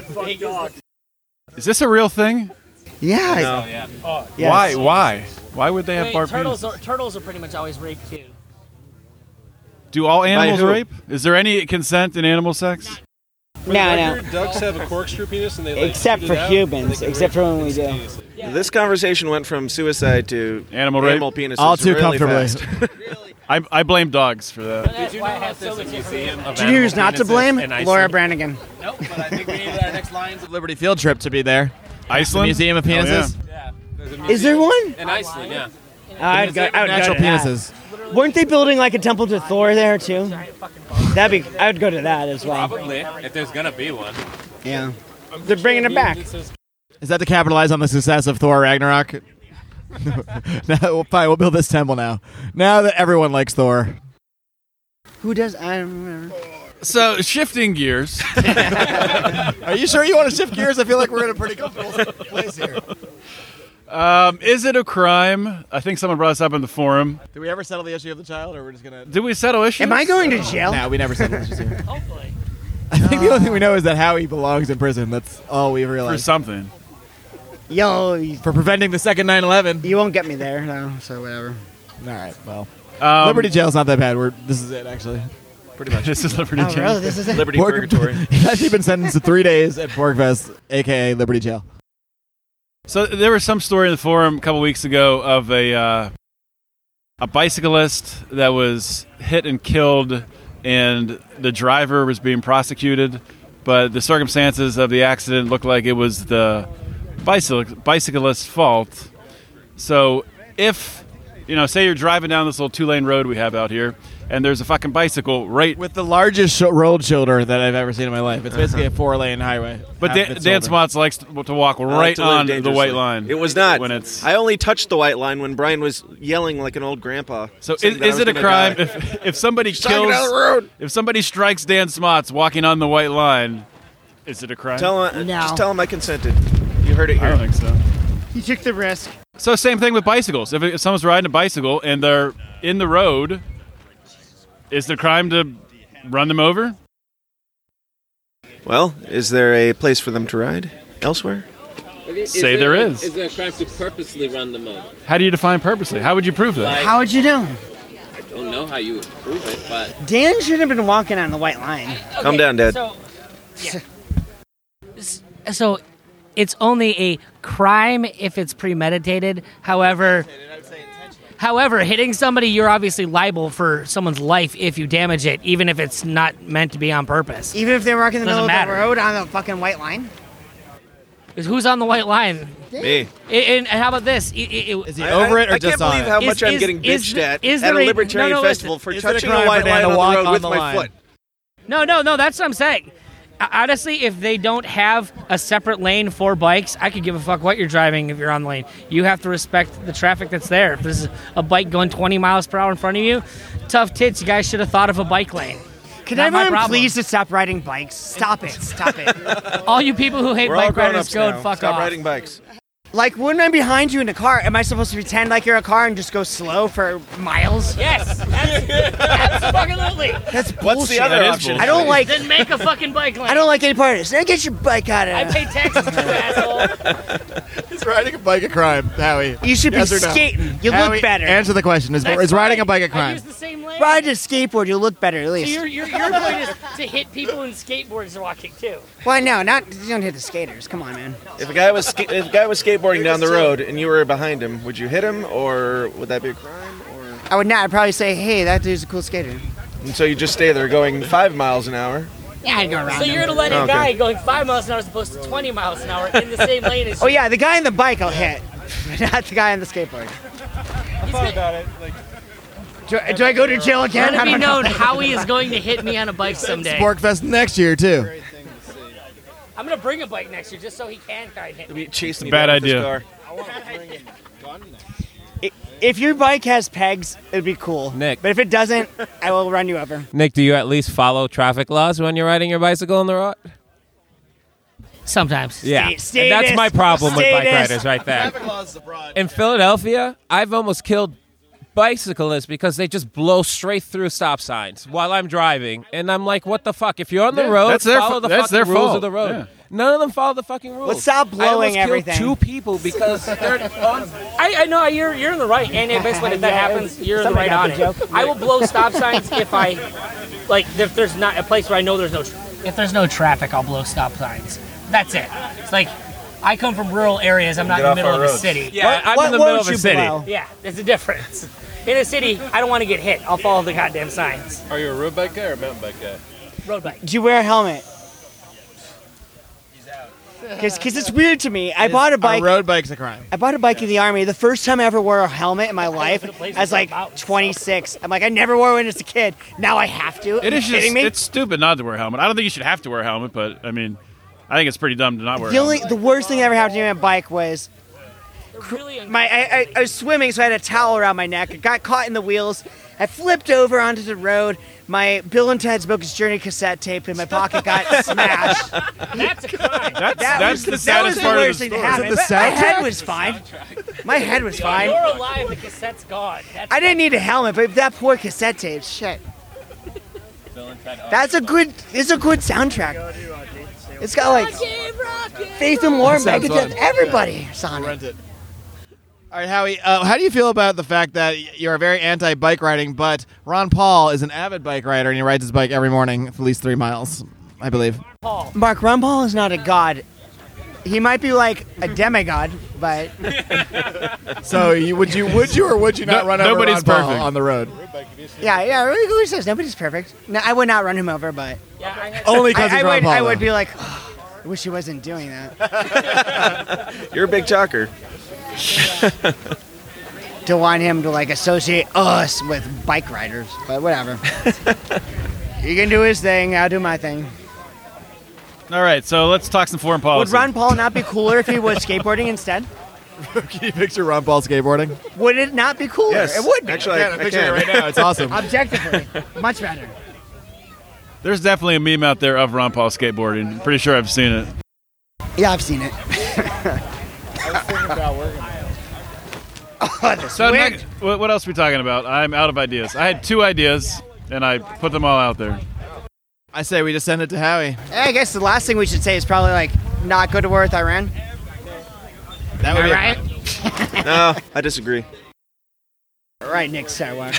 Speaker 1: Is this a real thing?
Speaker 4: Yeah.
Speaker 1: No.
Speaker 9: yeah.
Speaker 4: Yes.
Speaker 1: Why? Why? Why would they have barbed
Speaker 9: turtles,
Speaker 1: penises?
Speaker 9: are, turtles are pretty much always raped too.
Speaker 1: Do all animals
Speaker 5: who?
Speaker 1: rape? Is there any consent in animal sex?
Speaker 4: No, no.
Speaker 7: Ducks have a corkscrew penis and they like
Speaker 4: Except
Speaker 7: shoot
Speaker 4: for
Speaker 7: it out, and they
Speaker 4: humans.
Speaker 7: can
Speaker 4: Except for when we do.
Speaker 5: This conversation went from suicide to
Speaker 1: Animal rape?
Speaker 5: animal penises
Speaker 3: All too
Speaker 5: really
Speaker 3: comfortably.
Speaker 5: fast.
Speaker 1: I, I blame dogs for that.
Speaker 9: That's why I have so much museum of
Speaker 4: Do you know who's not to blame? Laura Branigan.
Speaker 9: Nope, but I think we need our next lines of
Speaker 3: Liberty field trip to be there. The
Speaker 1: Iceland
Speaker 3: Museum of
Speaker 1: Hell yeah.
Speaker 3: Penises.
Speaker 10: Yeah. There's a
Speaker 4: Is there one?
Speaker 10: in Iceland, yeah.
Speaker 4: I'd go, I would go
Speaker 3: Natural
Speaker 4: to that.
Speaker 3: penises.
Speaker 4: Weren't they building like a temple to Thor there too? That'd be. I would go to that as well.
Speaker 10: Probably, if there's gonna be one.
Speaker 4: Yeah. They're bringing it back.
Speaker 3: Is that to capitalize on the success of Thor Ragnarok? now, we'll, fine, we'll build this temple now. Now that everyone likes Thor.
Speaker 4: Who does? I don't remember.
Speaker 1: So shifting gears.
Speaker 3: Are you sure you want to shift gears? I feel like we're in a pretty comfortable place here.
Speaker 1: Um, is it a crime? I think someone brought this up in the forum.
Speaker 3: Did we ever settle the issue of the child, or we're just gonna?
Speaker 1: Did we settle issues?
Speaker 4: Am I going to jail?
Speaker 3: No, we never settled issues here. Hopefully. I think the only thing we know is that Howie belongs in prison. That's all we
Speaker 1: for
Speaker 3: realized.
Speaker 1: something?
Speaker 4: Yo, you-
Speaker 3: For preventing the second 9/11.
Speaker 4: you won't get me there. No, so whatever.
Speaker 3: All right. Well,
Speaker 1: Um,
Speaker 3: Liberty Jail's not that bad. We're this is it actually.
Speaker 1: This is Liberty
Speaker 4: Oh,
Speaker 1: Jail.
Speaker 4: really? This is it.
Speaker 5: Liberty
Speaker 3: Pork-
Speaker 5: purgatory.
Speaker 3: He's actually been sentenced to three days at Porkfest, aka Liberty Jail.
Speaker 1: So there was some story in the forum a couple weeks ago of a uh, a bicyclist that was hit and killed, and the driver was being prosecuted, but the circumstances of the accident looked like it was the bicycle bicyclist's fault. So if you know, say you're driving down this little two lane road we have out here, and there's a fucking bicycle right
Speaker 3: With the largest sh- road shoulder that I've ever seen in my life. It's basically a four lane highway.
Speaker 1: But
Speaker 3: Half
Speaker 1: da-
Speaker 3: of it's
Speaker 1: Dan
Speaker 3: shoulder.
Speaker 1: Smots likes to, to walk
Speaker 5: I like
Speaker 1: right
Speaker 5: to live
Speaker 1: on the
Speaker 5: dangerously.
Speaker 1: white line.
Speaker 5: It was not.
Speaker 1: when it's.
Speaker 5: I only touched the white line when Brian was yelling like an old grandpa.
Speaker 1: so
Speaker 5: saying
Speaker 1: is,
Speaker 5: that I
Speaker 1: is
Speaker 5: was
Speaker 1: it a
Speaker 5: gonna
Speaker 1: crime
Speaker 5: die.
Speaker 1: if, if somebody
Speaker 5: Talking
Speaker 1: kills
Speaker 5: down the road.
Speaker 1: if somebody strikes Dan Smots walking on the white line? Is it a crime?
Speaker 5: Tell him.
Speaker 4: No.
Speaker 5: Just tell him I consented. You heard it
Speaker 1: I don't
Speaker 5: here.
Speaker 1: think so.
Speaker 4: You took the risk.
Speaker 1: So same thing with bicycles. If, if someone's riding a bicycle and they're in the road, is it a crime to run them over?
Speaker 5: Well, is there a place for them to ride elsewhere?
Speaker 1: Say there is.
Speaker 7: Is it a crime to purposely run them over?
Speaker 1: How do you define purposely? How would you prove that?
Speaker 4: How would you know?
Speaker 7: I don't know how you would prove it, but
Speaker 4: Dan should have been walking on the white line.
Speaker 5: Calm down, Dad.
Speaker 9: So, yeah. so it's only a crime if it's premeditated. However, however, hitting somebody, you're obviously liable for someone's life if you damage it, even if it's not meant to be on purpose.
Speaker 4: Even if they were walking in the
Speaker 9: Doesn't
Speaker 4: middle of
Speaker 9: matter.
Speaker 4: the road on the fucking white line.
Speaker 9: 'Cause Who's on the white line?
Speaker 5: Me.
Speaker 9: I- And how about this? E, I- I- I-
Speaker 3: Is he
Speaker 5: I-
Speaker 3: over
Speaker 5: I-
Speaker 3: it or
Speaker 5: I
Speaker 3: just
Speaker 5: can't
Speaker 3: on
Speaker 5: believe
Speaker 3: it?
Speaker 5: how
Speaker 9: Is-
Speaker 5: much I'm
Speaker 9: is-
Speaker 5: getting
Speaker 9: is
Speaker 5: bitched
Speaker 9: the-
Speaker 5: at
Speaker 9: is
Speaker 5: at
Speaker 9: there
Speaker 5: a
Speaker 9: a-
Speaker 5: libertarian
Speaker 9: no, no,
Speaker 5: festival
Speaker 9: is-
Speaker 5: for
Speaker 3: is it a
Speaker 5: touching a
Speaker 3: crime for
Speaker 5: white
Speaker 3: Dan
Speaker 5: line
Speaker 3: to
Speaker 5: on the
Speaker 3: walk
Speaker 5: road
Speaker 3: on
Speaker 5: with
Speaker 3: the
Speaker 5: my
Speaker 3: line?
Speaker 5: foot.
Speaker 9: No, no, no. That's what I'm saying. Uh, Honestly, if they don't have a separate lane for bikes, I could give a fuck what you're driving if you're on the lane. You have to respect the traffic that's there. If there's a bike going 20 miles per hour in front of you, tough tits. You guys should have thought of a bike lane.
Speaker 4: Can
Speaker 9: Not my
Speaker 4: everyone
Speaker 9: problem.
Speaker 4: please just stop riding bikes? Stop it. Stop it.
Speaker 9: All you people who hate
Speaker 5: We're all
Speaker 9: bike
Speaker 5: grown
Speaker 9: riders,
Speaker 5: ups
Speaker 9: go
Speaker 5: now.
Speaker 9: and fuck
Speaker 5: Stop
Speaker 9: off.
Speaker 5: riding bikes.
Speaker 4: like when I'm behind you in a car, am I supposed to pretend like you're a car and just go slow for miles?
Speaker 9: Yes, abs- absolutely.
Speaker 4: That's bullshit.
Speaker 5: What's the other
Speaker 1: That is
Speaker 5: option?
Speaker 1: bullshit.
Speaker 4: I don't like.
Speaker 9: Then make a fucking bike lane.
Speaker 4: I don't like any part of this. Then get your bike out
Speaker 9: I
Speaker 4: of
Speaker 9: pay
Speaker 4: there.
Speaker 9: taxes too, asshole.
Speaker 3: Is riding a bike a crime, Howie?
Speaker 4: You should be
Speaker 3: Yes or no?
Speaker 4: skating. You
Speaker 3: Howie,
Speaker 4: look better.
Speaker 3: Answer the question: Is, is riding a bike a
Speaker 9: I
Speaker 3: crime?
Speaker 9: use the same lane.
Speaker 4: Ride a skateboard. You look better at
Speaker 9: So
Speaker 4: least.
Speaker 9: your, your, your point is to hit people in skateboards walking too.
Speaker 4: Why no? Not you don't hit the skaters. Come on, man.
Speaker 5: If a guy was ska- if a guy was skateboarding down the road and you were behind him, would you hit him or would that be a crime? Or
Speaker 4: I would not. I'd probably say, hey, that dude's a cool skater.
Speaker 5: and so you just stay there going five miles an hour.
Speaker 4: Yeah, I'd go around.
Speaker 9: So
Speaker 4: him.
Speaker 9: you're gonna let a
Speaker 5: Okay.
Speaker 9: guy going five miles an hour as opposed to 20 miles an hour in the same lane as
Speaker 4: Oh
Speaker 9: you.
Speaker 4: yeah, the guy on the bike I'll hit, not the guy on the skateboard. Do, do I go to jail again?
Speaker 9: Let
Speaker 4: I
Speaker 9: it
Speaker 4: don't
Speaker 9: be
Speaker 4: know.
Speaker 9: known Howie is going to hit me on a bike someday.
Speaker 3: Porkfest next year too.
Speaker 9: I'm gonna bring a bike next year just so he can try and hit me.
Speaker 5: Chase me
Speaker 1: Bad
Speaker 5: down with his
Speaker 1: idea.
Speaker 5: car.
Speaker 4: I- If your bike has pegs, it'd be cool.
Speaker 7: Nick.
Speaker 4: But if it doesn't, I will run you over.
Speaker 7: Nick, do you at least follow traffic laws when you're riding your bicycle on the road?
Speaker 9: Sometimes.
Speaker 7: Yeah,
Speaker 9: Sta- status.
Speaker 7: And that's my problem with bike riders
Speaker 9: Status.
Speaker 7: right there. In Philadelphia, I've almost killed bicyclists because they just blow straight through stop signs while I'm driving, and I'm like, "What the fuck? If you're on the
Speaker 1: Yeah,
Speaker 7: road,
Speaker 1: that's their
Speaker 7: follow
Speaker 1: fa-
Speaker 7: the
Speaker 1: that's
Speaker 7: fucking
Speaker 1: their
Speaker 7: rules
Speaker 1: fault.
Speaker 7: of the road."
Speaker 1: Yeah.
Speaker 7: None of them follow the fucking rules.
Speaker 4: Let's stop
Speaker 7: I
Speaker 4: blowing
Speaker 7: almost killed
Speaker 4: everything.
Speaker 7: Two people because they're on.
Speaker 9: I, I know you're you're in the right, and if it's- if that
Speaker 4: Yeah,
Speaker 9: happens, you're in the
Speaker 4: somebody
Speaker 9: right on it.
Speaker 4: got the
Speaker 9: I will blow stop signs if I, like, if there's not a place where I know there's no. Tra- if there's no traffic, I'll blow stop signs. That's it. It's like, I come from rural areas. I'm not
Speaker 7: Get
Speaker 9: in the
Speaker 7: off
Speaker 9: middle
Speaker 7: our
Speaker 9: of a
Speaker 7: roads.
Speaker 9: city.
Speaker 7: Yeah, What- I'm in what the middle won't of a you city. blow?
Speaker 9: Yeah, there's a difference. In a city, I don't want to get hit. I'll follow the goddamn signs.
Speaker 6: Are you a road bike guy or a mountain bike guy?
Speaker 9: Road bike.
Speaker 4: Do you wear a helmet? Because it's weird to me. I bought a bike.
Speaker 3: A road bike's a crime.
Speaker 4: I bought a bike in the army. The first time I ever wore a helmet in my life, I was like 26. I'm like, I never wore one as a kid. Now I have to.
Speaker 1: It
Speaker 4: Are
Speaker 1: is
Speaker 4: you kidding
Speaker 1: just
Speaker 4: me?
Speaker 1: it's stupid not to wear a helmet. I don't think you should have to wear a helmet, but I mean, I think it's pretty dumb to not wear.
Speaker 4: the
Speaker 1: a
Speaker 4: only
Speaker 1: helmet.
Speaker 4: the worst thing that ever happened to me on a bike was my I, I, I was swimming, so I had a towel around my neck. It got caught in the wheels. I flipped over onto the road. My Bill and Ted's Bogus Journey cassette tape in my pocket got smashed.
Speaker 9: That's a crime.
Speaker 1: That's,
Speaker 4: That
Speaker 1: that's
Speaker 4: was,
Speaker 1: the
Speaker 4: that was
Speaker 1: saddest
Speaker 4: the
Speaker 1: part
Speaker 4: worst
Speaker 1: of
Speaker 4: thing
Speaker 1: the
Speaker 4: that
Speaker 1: story.
Speaker 4: happened. But my head was fine. My head was fine.
Speaker 9: You're alive. The cassette's gone. That's
Speaker 4: I didn't need a helmet, but that poor cassette tape, shit. That's a good. It's a good soundtrack. It's got like Faith and War,
Speaker 3: That sounds
Speaker 4: Megadeth,
Speaker 3: fun.
Speaker 4: everybody is on it.
Speaker 3: Rent it. All right, Howie. Uh, how do you feel about the fact that you're very anti-bike riding, but Ron Paul is an avid bike rider and he rides his bike every morning at least three miles, I believe.
Speaker 4: Mark Rumpal is not a god. He might be like a demigod, but
Speaker 3: So you, would you would you or would you not
Speaker 1: No-
Speaker 3: run over
Speaker 1: nobody's
Speaker 3: Ron Paul
Speaker 1: perfect.
Speaker 3: on the road?
Speaker 4: yeah, yeah. Who says nobody's perfect? No, I would not run him over, but
Speaker 3: Only because
Speaker 4: I, I
Speaker 3: Ron
Speaker 4: would.
Speaker 3: Paul.
Speaker 4: I would
Speaker 3: though.
Speaker 4: be like, "Oh, I wish he wasn't doing that.
Speaker 5: You're a big talker.
Speaker 4: To want him to like associate us with bike riders, but whatever. he can do his thing. I'll do my thing.
Speaker 1: All right, so let's talk some foreign policy.
Speaker 4: Would Ron Paul not be cooler if he was skateboarding instead?
Speaker 3: Can you picture Ron Paul skateboarding?
Speaker 4: Would it not be cooler?
Speaker 5: Yes.
Speaker 4: It would be.
Speaker 5: Actually, I,
Speaker 3: I'm
Speaker 5: I
Speaker 3: picturing it
Speaker 5: can.
Speaker 3: right now. It's awesome.
Speaker 4: Objectively, much better.
Speaker 1: There's definitely a meme out there of Ron Paul skateboarding. I'm pretty sure I've seen it.
Speaker 4: Yeah, I've seen it. Oh, the
Speaker 1: So
Speaker 4: swing.
Speaker 1: next- what, what else are we talking about? I'm out of ideas. I had two ideas, and I put them all out there.
Speaker 3: I say we just send it to Howie.
Speaker 4: I guess the last thing we should say is probably like not go to war with Iran.
Speaker 3: That would be
Speaker 4: Right?
Speaker 5: No, I disagree.
Speaker 4: All right, Nick Skywalker.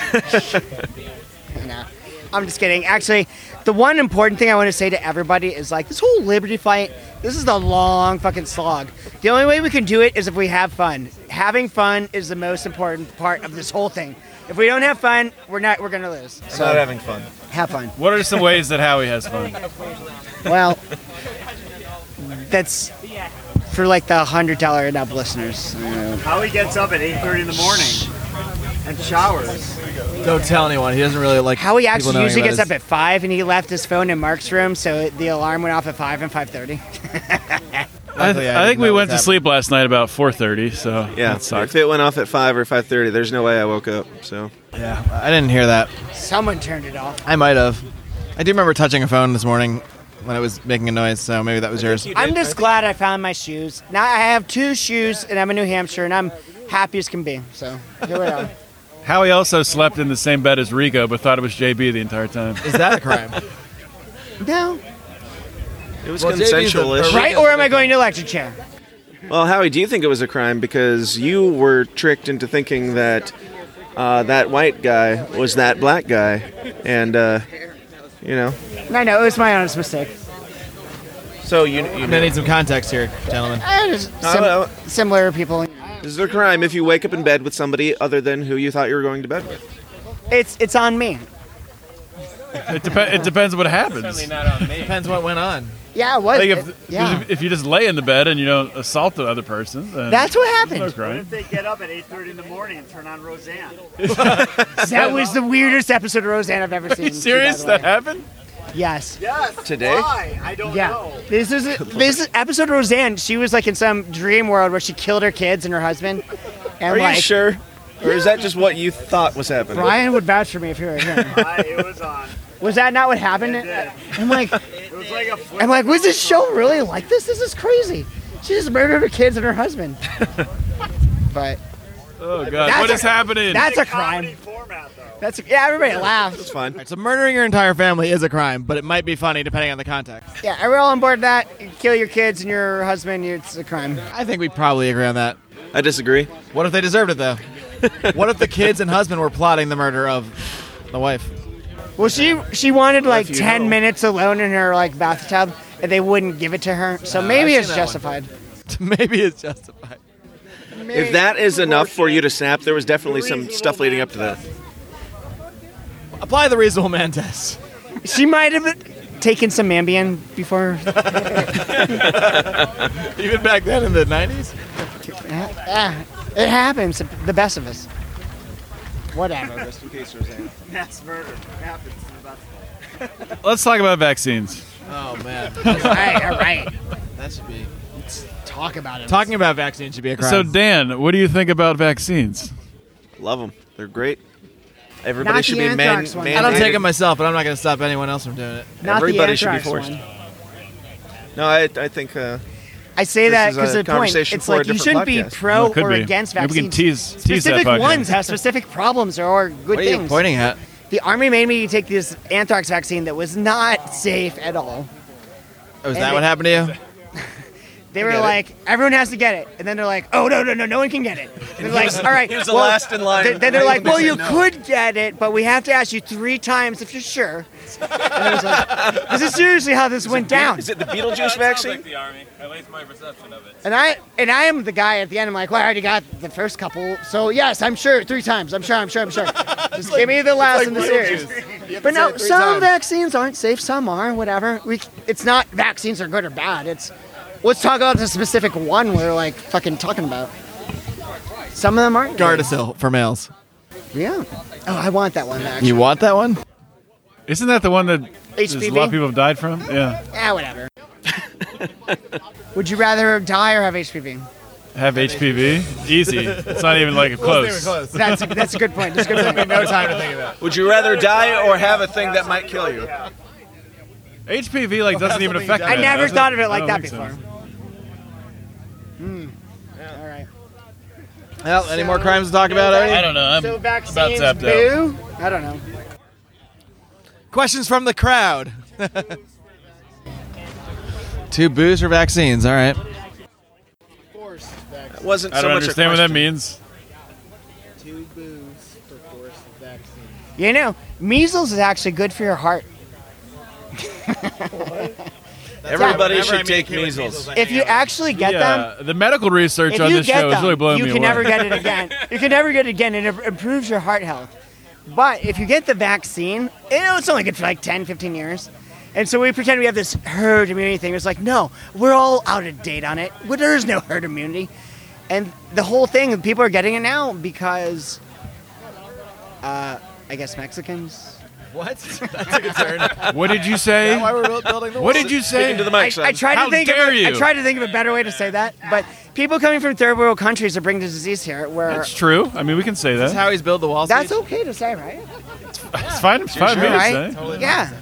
Speaker 4: no, I'm just kidding. Actually, the one important thing I want to say to everybody is like this whole liberty fight. This is a long fucking slog. The only way we can do it is if we have fun. Having fun is the most important part of this whole thing. If we don't have fun, we're not. We're gonna lose.
Speaker 5: I'm not having fun.
Speaker 4: Have fun.
Speaker 1: What are some ways that Howie has fun?
Speaker 4: Well, that's for like the hundred dollar and up listeners.
Speaker 11: Howie gets up at 8:30 in the morning and showers.
Speaker 3: Don't tell anyone. He doesn't really like.
Speaker 4: How he
Speaker 3: people
Speaker 4: actually
Speaker 3: knowing
Speaker 4: usually
Speaker 3: about
Speaker 4: gets
Speaker 3: his-
Speaker 4: up at five, and he left his phone in Mark's room, so the alarm went off at five and five thirty.
Speaker 1: I,
Speaker 3: Luckily, I
Speaker 1: I
Speaker 3: didn't
Speaker 1: think we
Speaker 3: know
Speaker 1: went
Speaker 3: what
Speaker 1: to sleep last night about 4:30. So
Speaker 5: Yeah,
Speaker 1: that sucked.
Speaker 5: if it went off at five or five thirty, there's no way I woke up. So
Speaker 3: Yeah, I didn't hear that.
Speaker 4: Someone turned it off.
Speaker 3: I might have. I do remember touching a phone this morning when it was making a noise, so maybe that was yours.
Speaker 4: I'm just glad I found my shoes. Now I have two shoes, and I'm in New Hampshire, and I'm happy as can be. So here we are.
Speaker 1: Howie also slept in the same bed as Rico, but thought it was JB the entire time.
Speaker 3: Is that a crime?
Speaker 4: No,
Speaker 5: it was
Speaker 3: Well, JB's
Speaker 5: consensual-ish.
Speaker 3: a-
Speaker 4: right? Or am I going to electric chair?
Speaker 5: Well, Howie, do you think it was a crime because you were tricked into thinking that uh, that white guy was that black guy, and uh, you know,
Speaker 4: No, no, it was my honest mistake.
Speaker 5: so you, you
Speaker 3: I'm gonna need some context here, gentlemen.
Speaker 4: I just
Speaker 5: No,
Speaker 4: sim-
Speaker 5: no.
Speaker 4: similar people.
Speaker 5: This is a crime if you wake up in bed with somebody other than who you thought you were going to bed with.
Speaker 4: It's it's on me.
Speaker 1: It, depe- it depends what happens.
Speaker 7: Not on me.
Speaker 3: Depends what went on.
Speaker 4: Yeah, it was.
Speaker 1: Like if,
Speaker 4: it- yeah.
Speaker 1: if you just lay in the bed and you don't assault the other person, then
Speaker 4: That's what
Speaker 1: no
Speaker 4: happened.
Speaker 1: crime.
Speaker 11: If they get up at 8:30 in the morning and turn on Roseanne.
Speaker 4: That was the weirdest episode of Roseanne I've ever seen.
Speaker 1: You serious?
Speaker 4: too, by
Speaker 1: That
Speaker 4: the way.
Speaker 1: happened?
Speaker 4: Yes.
Speaker 11: Yes.
Speaker 5: Today?
Speaker 11: Why? I don't
Speaker 4: Yeah.
Speaker 11: know.
Speaker 4: This is this is episode of Roseanne. She was like in some dream world where she killed her kids and her husband. And
Speaker 5: Are
Speaker 4: like
Speaker 5: you sure? Or is that just what you thought was happening?
Speaker 4: Brian would vouch for me if you were him.
Speaker 12: it was on.
Speaker 4: Was that not what happened? I'm like,
Speaker 12: It was like a.
Speaker 4: I'm like, was this show really like this? This is crazy. She just murdered her kids and her husband. But
Speaker 1: Oh God,
Speaker 4: That's
Speaker 1: what
Speaker 4: a-
Speaker 1: is happening?
Speaker 4: that's a crime. That's yeah. Everybody laughed.
Speaker 5: It's fine.
Speaker 3: so murdering your entire family is a crime, but it might be funny depending on the context.
Speaker 4: Yeah, we're all on board that. You kill your kids and your husband. It's a crime.
Speaker 3: I think we probably agree on that.
Speaker 5: I disagree.
Speaker 3: What if they deserved it though? what if the kids and husband were plotting the murder of the wife?
Speaker 4: Well, she she wanted like
Speaker 3: if you
Speaker 4: ten
Speaker 3: know.
Speaker 4: minutes alone in her like bathtub, and they wouldn't give it to her. So
Speaker 3: Uh,
Speaker 4: maybe
Speaker 3: I've
Speaker 4: it's
Speaker 3: seen that one.
Speaker 4: justified.
Speaker 3: Maybe it's justified.
Speaker 5: If that is enough for you to snap, there was definitely some stuff leading up to that.
Speaker 3: Apply the reasonable man test.
Speaker 4: She might have taken some Ambien before.
Speaker 3: Even back then in the 90s?
Speaker 4: Ah, it happens. to The best of us. Whatever.
Speaker 5: Just in case, Roseanne.
Speaker 12: Mass murder happens in about
Speaker 1: Let's talk about vaccines.
Speaker 3: Oh, man.
Speaker 4: right, all right.
Speaker 3: That should be.
Speaker 4: Talk about it.
Speaker 3: Talking about vaccines should be a crime.
Speaker 1: So Dan, what do you think about vaccines?
Speaker 5: Love them. They're great. Everybody should be man.
Speaker 4: anthrax one.
Speaker 5: mandated.
Speaker 3: I don't take it myself, but I'm not going to stop anyone else from doing it.
Speaker 4: Not
Speaker 5: Everybody
Speaker 4: the
Speaker 5: should be
Speaker 4: anthrax
Speaker 5: forced.
Speaker 4: one.
Speaker 5: No, I, I think. Uh,
Speaker 4: I say
Speaker 5: This
Speaker 4: that
Speaker 5: is a
Speaker 4: because the point.
Speaker 5: conversation
Speaker 4: It's
Speaker 5: for a
Speaker 4: like you shouldn't
Speaker 5: different
Speaker 4: be
Speaker 5: podcast.
Speaker 4: pro
Speaker 1: Well, it could
Speaker 4: or
Speaker 1: be.
Speaker 4: against
Speaker 1: Maybe we
Speaker 4: vaccines.
Speaker 1: can tease- tease that
Speaker 4: specific
Speaker 1: podcast.
Speaker 4: ones have specific problems or good
Speaker 3: What are you
Speaker 4: things.
Speaker 3: pointing at?
Speaker 4: The army made me take this anthrax vaccine that was not safe at all.
Speaker 3: Oh, is
Speaker 4: And
Speaker 3: that what
Speaker 4: they-
Speaker 3: happened to you?
Speaker 4: They
Speaker 3: I
Speaker 4: were
Speaker 3: get it.
Speaker 4: like, everyone has to get it, and then they're like, oh no no no, no one can get it. They're like, all right,
Speaker 5: he was the
Speaker 4: well,
Speaker 5: last in line.
Speaker 4: th- then they're
Speaker 5: Right
Speaker 4: like,
Speaker 5: when they
Speaker 4: well
Speaker 5: said
Speaker 4: you
Speaker 5: no.
Speaker 4: could get it, but we have to ask you three times if you're sure. And I was like, this is seriously how this went down.
Speaker 5: is it the Beetlejuice vaccine?
Speaker 6: the army. At least my perception of it.
Speaker 4: And I and I am the guy at the end. I'm like, well, I already got the first couple, so yes, I'm sure three times. I'm sure. I'm sure. I'm sure. Just give me the last in the series. But no, some vaccines aren't safe. Some are. Whatever. We. c- It's not vaccines are good or bad. It's let's talk about the specific one we're like fucking talking about. Some of them aren't. good.
Speaker 3: Gardasil for males.
Speaker 4: Yeah. Oh, I want that one actually.
Speaker 3: You want that one?
Speaker 1: Isn't that the one that there's a
Speaker 4: HPV?
Speaker 1: lot of people have died from? Yeah,
Speaker 4: Ah, whatever. Would you rather die or have HPV?
Speaker 1: have HPV. Easy. It's not even like close.
Speaker 4: That's a, that's a good point. That's a good point.
Speaker 3: No time to think about
Speaker 5: Would you rather die or have a thing that might kill you?
Speaker 1: HPV like doesn't even affect.
Speaker 4: I
Speaker 1: men,
Speaker 4: never
Speaker 1: does
Speaker 4: thought of it like
Speaker 1: I
Speaker 4: that
Speaker 1: don't think
Speaker 4: before.
Speaker 1: so.
Speaker 4: Hmm. All right.
Speaker 3: it. Well, any more crimes to talk about? Ernie?
Speaker 1: don't know. I'm
Speaker 4: so vaccines,
Speaker 1: tapped out.
Speaker 4: boo? I don't know.
Speaker 3: Questions from the crowd. Two boos for vaccines. All right.
Speaker 5: That wasn't
Speaker 1: I
Speaker 5: so
Speaker 1: don't
Speaker 5: much
Speaker 1: understand
Speaker 5: a
Speaker 1: what that
Speaker 5: question.
Speaker 1: means.
Speaker 12: two booze for forced vaccine.
Speaker 4: You know, measles is actually good for your heart.
Speaker 3: Whenever
Speaker 5: Everybody
Speaker 3: I
Speaker 5: should
Speaker 3: meet a
Speaker 5: take
Speaker 3: kid with
Speaker 5: measles.
Speaker 3: I
Speaker 4: If
Speaker 3: hang
Speaker 4: you
Speaker 3: out with
Speaker 4: actually get them,
Speaker 1: yeah, the medical research
Speaker 4: if
Speaker 1: on
Speaker 4: you
Speaker 1: this
Speaker 4: get
Speaker 1: show is
Speaker 4: them,
Speaker 1: really blowing
Speaker 4: you
Speaker 1: me
Speaker 4: can
Speaker 1: away.
Speaker 4: never get it again. You can never get it again, and it improves your heart health. But if you get the vaccine, you know, it's only good for like 10, 15 years. And so we pretend we have this herd immunity thing. It's like, no, we're all out of date on it. Well, There is no herd immunity. And the whole thing, people are getting it now because, uh, I guess Mexicans.
Speaker 3: What? That's a concern.
Speaker 1: what did you say?
Speaker 3: Why we're buil- building the
Speaker 1: What did you say?
Speaker 5: Into the
Speaker 4: I,
Speaker 5: mic, son.
Speaker 4: I tried
Speaker 1: How
Speaker 4: to think.
Speaker 1: dare
Speaker 4: of a, I
Speaker 1: you.
Speaker 4: tried to think of a better way to say that, but people coming from third world countries are bringing the disease here. Where
Speaker 1: That's
Speaker 4: that's,
Speaker 1: true. I mean, we can say
Speaker 3: That's
Speaker 1: that.
Speaker 3: how he's built the wall. Steve?
Speaker 4: okay to say, right?
Speaker 1: It's fine. It's fine.
Speaker 4: All
Speaker 1: me to
Speaker 4: right?
Speaker 1: say.
Speaker 4: yeah.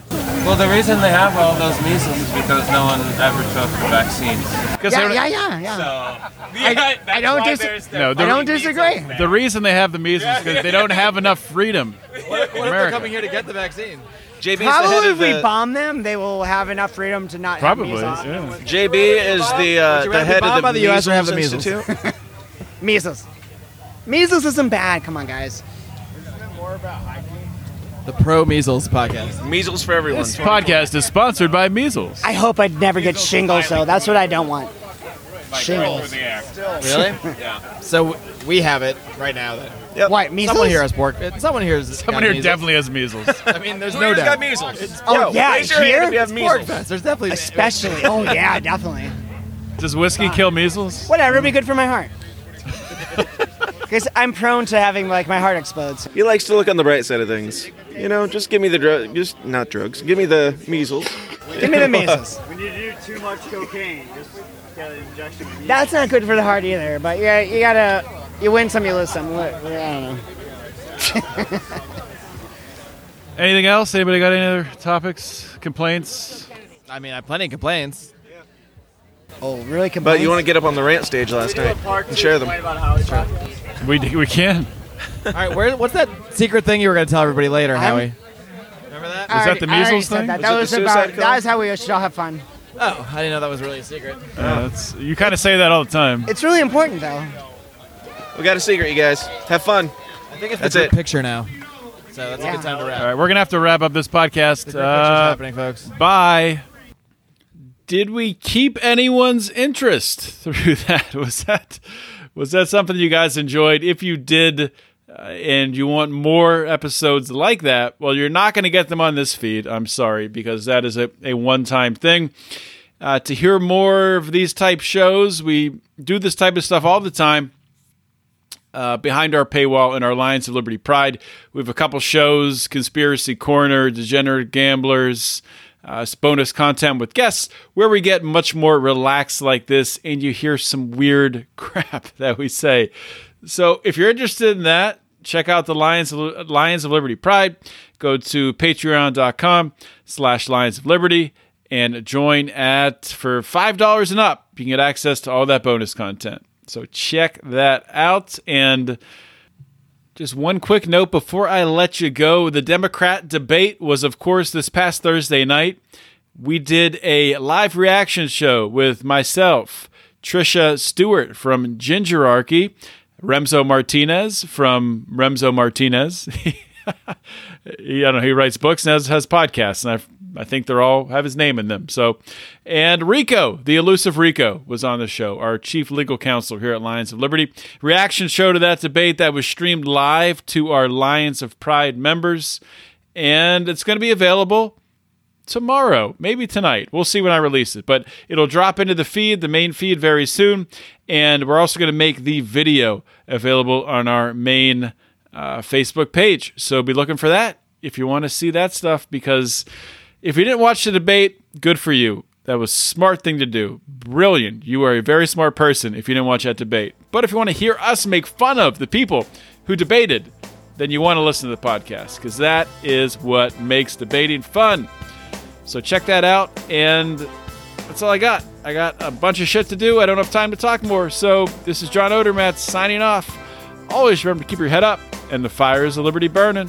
Speaker 7: Well, the reason they have all those measles is because no one ever took the vaccines.
Speaker 1: Because
Speaker 4: Yeah,
Speaker 1: they're-
Speaker 4: yeah, yeah, yeah.
Speaker 6: Yeah,
Speaker 4: I don't dis-
Speaker 1: No,
Speaker 4: I
Speaker 1: the,
Speaker 4: don't disagree.
Speaker 1: the reason they have the measles is because they don't have enough freedom.
Speaker 3: What, what if they're
Speaker 1: America.
Speaker 3: coming here to get the vaccine?
Speaker 5: JB's
Speaker 4: Probably
Speaker 5: the
Speaker 4: if
Speaker 5: head
Speaker 4: we
Speaker 5: of the,
Speaker 4: bomb them, they will have enough freedom to not
Speaker 1: Probably.
Speaker 4: have measles.
Speaker 1: Yeah.
Speaker 5: JB is the
Speaker 3: Would
Speaker 5: uh,
Speaker 3: you
Speaker 5: the
Speaker 3: rather be
Speaker 5: head
Speaker 3: bombed
Speaker 5: of
Speaker 3: by
Speaker 5: the,
Speaker 3: the US or have the measles?
Speaker 5: Institute.
Speaker 4: Measles. Measles isn't bad. Come on, guys.
Speaker 3: The pro measles podcast.
Speaker 5: measles for everyone.
Speaker 1: This podcast is sponsored by measles.
Speaker 4: I hope I'd never get shingles, though. That's what I don't want. Shingles.
Speaker 3: Really? So we have it right now. That
Speaker 5: Yep.
Speaker 4: Why measles?
Speaker 3: someone here has pork. uh, Someone here has.
Speaker 1: Someone
Speaker 3: got
Speaker 1: here
Speaker 3: measles.
Speaker 1: definitely has measles.
Speaker 3: I mean, there's no
Speaker 5: Who's got
Speaker 3: doubt.
Speaker 5: measles?
Speaker 4: Oh, yeah,
Speaker 5: raise your hand
Speaker 4: here?
Speaker 5: if you have measles.
Speaker 3: Pork fest. There's definitely.
Speaker 4: Especially. Oh yeah, definitely.
Speaker 1: Does whiskey kill measles?
Speaker 4: Whatever, be good for my heart. Because I'm prone to having like my heart explodes.
Speaker 5: He likes to look on the bright side of things. You know, just give me the drug. Just not drugs. Give me the measles.
Speaker 4: Give me the measles.
Speaker 12: When you do too much cocaine, just get an injection.
Speaker 4: That's not good for the heart either. But yeah, you gotta You win some, you lose some. Look, I don't know.
Speaker 1: Anything else? Anybody got any other topics, complaints?
Speaker 3: I mean, I have plenty of complaints.
Speaker 4: Oh, really?
Speaker 5: But you want to get up on the rant stage last night and share them.
Speaker 1: We we can.
Speaker 3: All right, where, what's that secret thing you were going to tell everybody later, Howie?
Speaker 4: Was
Speaker 1: that the measles thing?
Speaker 4: That,
Speaker 1: Was
Speaker 4: That
Speaker 1: it
Speaker 4: was
Speaker 1: the
Speaker 4: about.
Speaker 1: suicide
Speaker 4: That was how we should all have fun.
Speaker 3: Oh, I didn't know that was really a secret.
Speaker 1: Uh, that's, you kind of say that all the time.
Speaker 4: It's really important though.
Speaker 5: We got a secret, you guys. Have fun.
Speaker 3: I think it's
Speaker 5: That's
Speaker 3: the group
Speaker 5: it.
Speaker 3: picture now. So that's a good time to wrap.
Speaker 1: All right, we're gonna have to wrap up this podcast. Uh,
Speaker 3: The revolution's happening, folks.
Speaker 1: Bye. Did we keep anyone's interest through that? Was that was that something you guys enjoyed? If you did, uh, and you want more episodes like that, well, you're not going to get them on this feed. I'm sorry because that is a, a one time thing. Uh, to hear more of these type shows, we do this type of stuff all the time uh, behind our paywall in our Alliance of Liberty Pride. We have a couple shows Conspiracy Corner, Degenerate Gamblers, uh, it's bonus content with guests where we get much more relaxed like this and you hear some weird crap that we say. So if you're interested in that, check out the Lions of, Lions of Liberty Pride. Go to patreon.com slash Lions of Liberty and join at for $5 and up. You can get access to all that bonus content. So check that out. And just one quick note before I let you go the Democrat debate was, of course, this past Thursday night. We did a live reaction show with myself, Trisha Stewart from Gingerarchy, Remzo Martinez from Remzo Martinez. he, I don't know. He writes books and has, has podcasts, and I, I think they're all have his name in them. So, and Rico, the elusive Rico, was on the show. Our chief legal counsel here at Lions of Liberty. Reaction show to that debate that was streamed live to our Lions of Pride members, and it's going to be available tomorrow, maybe tonight. We'll see when I release it, but it'll drop into the feed, the main feed, very soon. And we're also going to make the video available on our main uh, Facebook page. So be looking for that if you want to see that stuff. Because if you didn't watch the debate, good for you. That was a smart thing to do. Brilliant. You are a very smart person if you didn't watch that debate. But if you want to hear us make fun of the people who debated, then you want to listen to the podcast because that is what makes debating fun. So check that out. And that's all I got. I got a bunch of shit to do. I don't have time to talk more. So this is John Odermatt signing off. Always remember to keep your head up and the fires of liberty burning.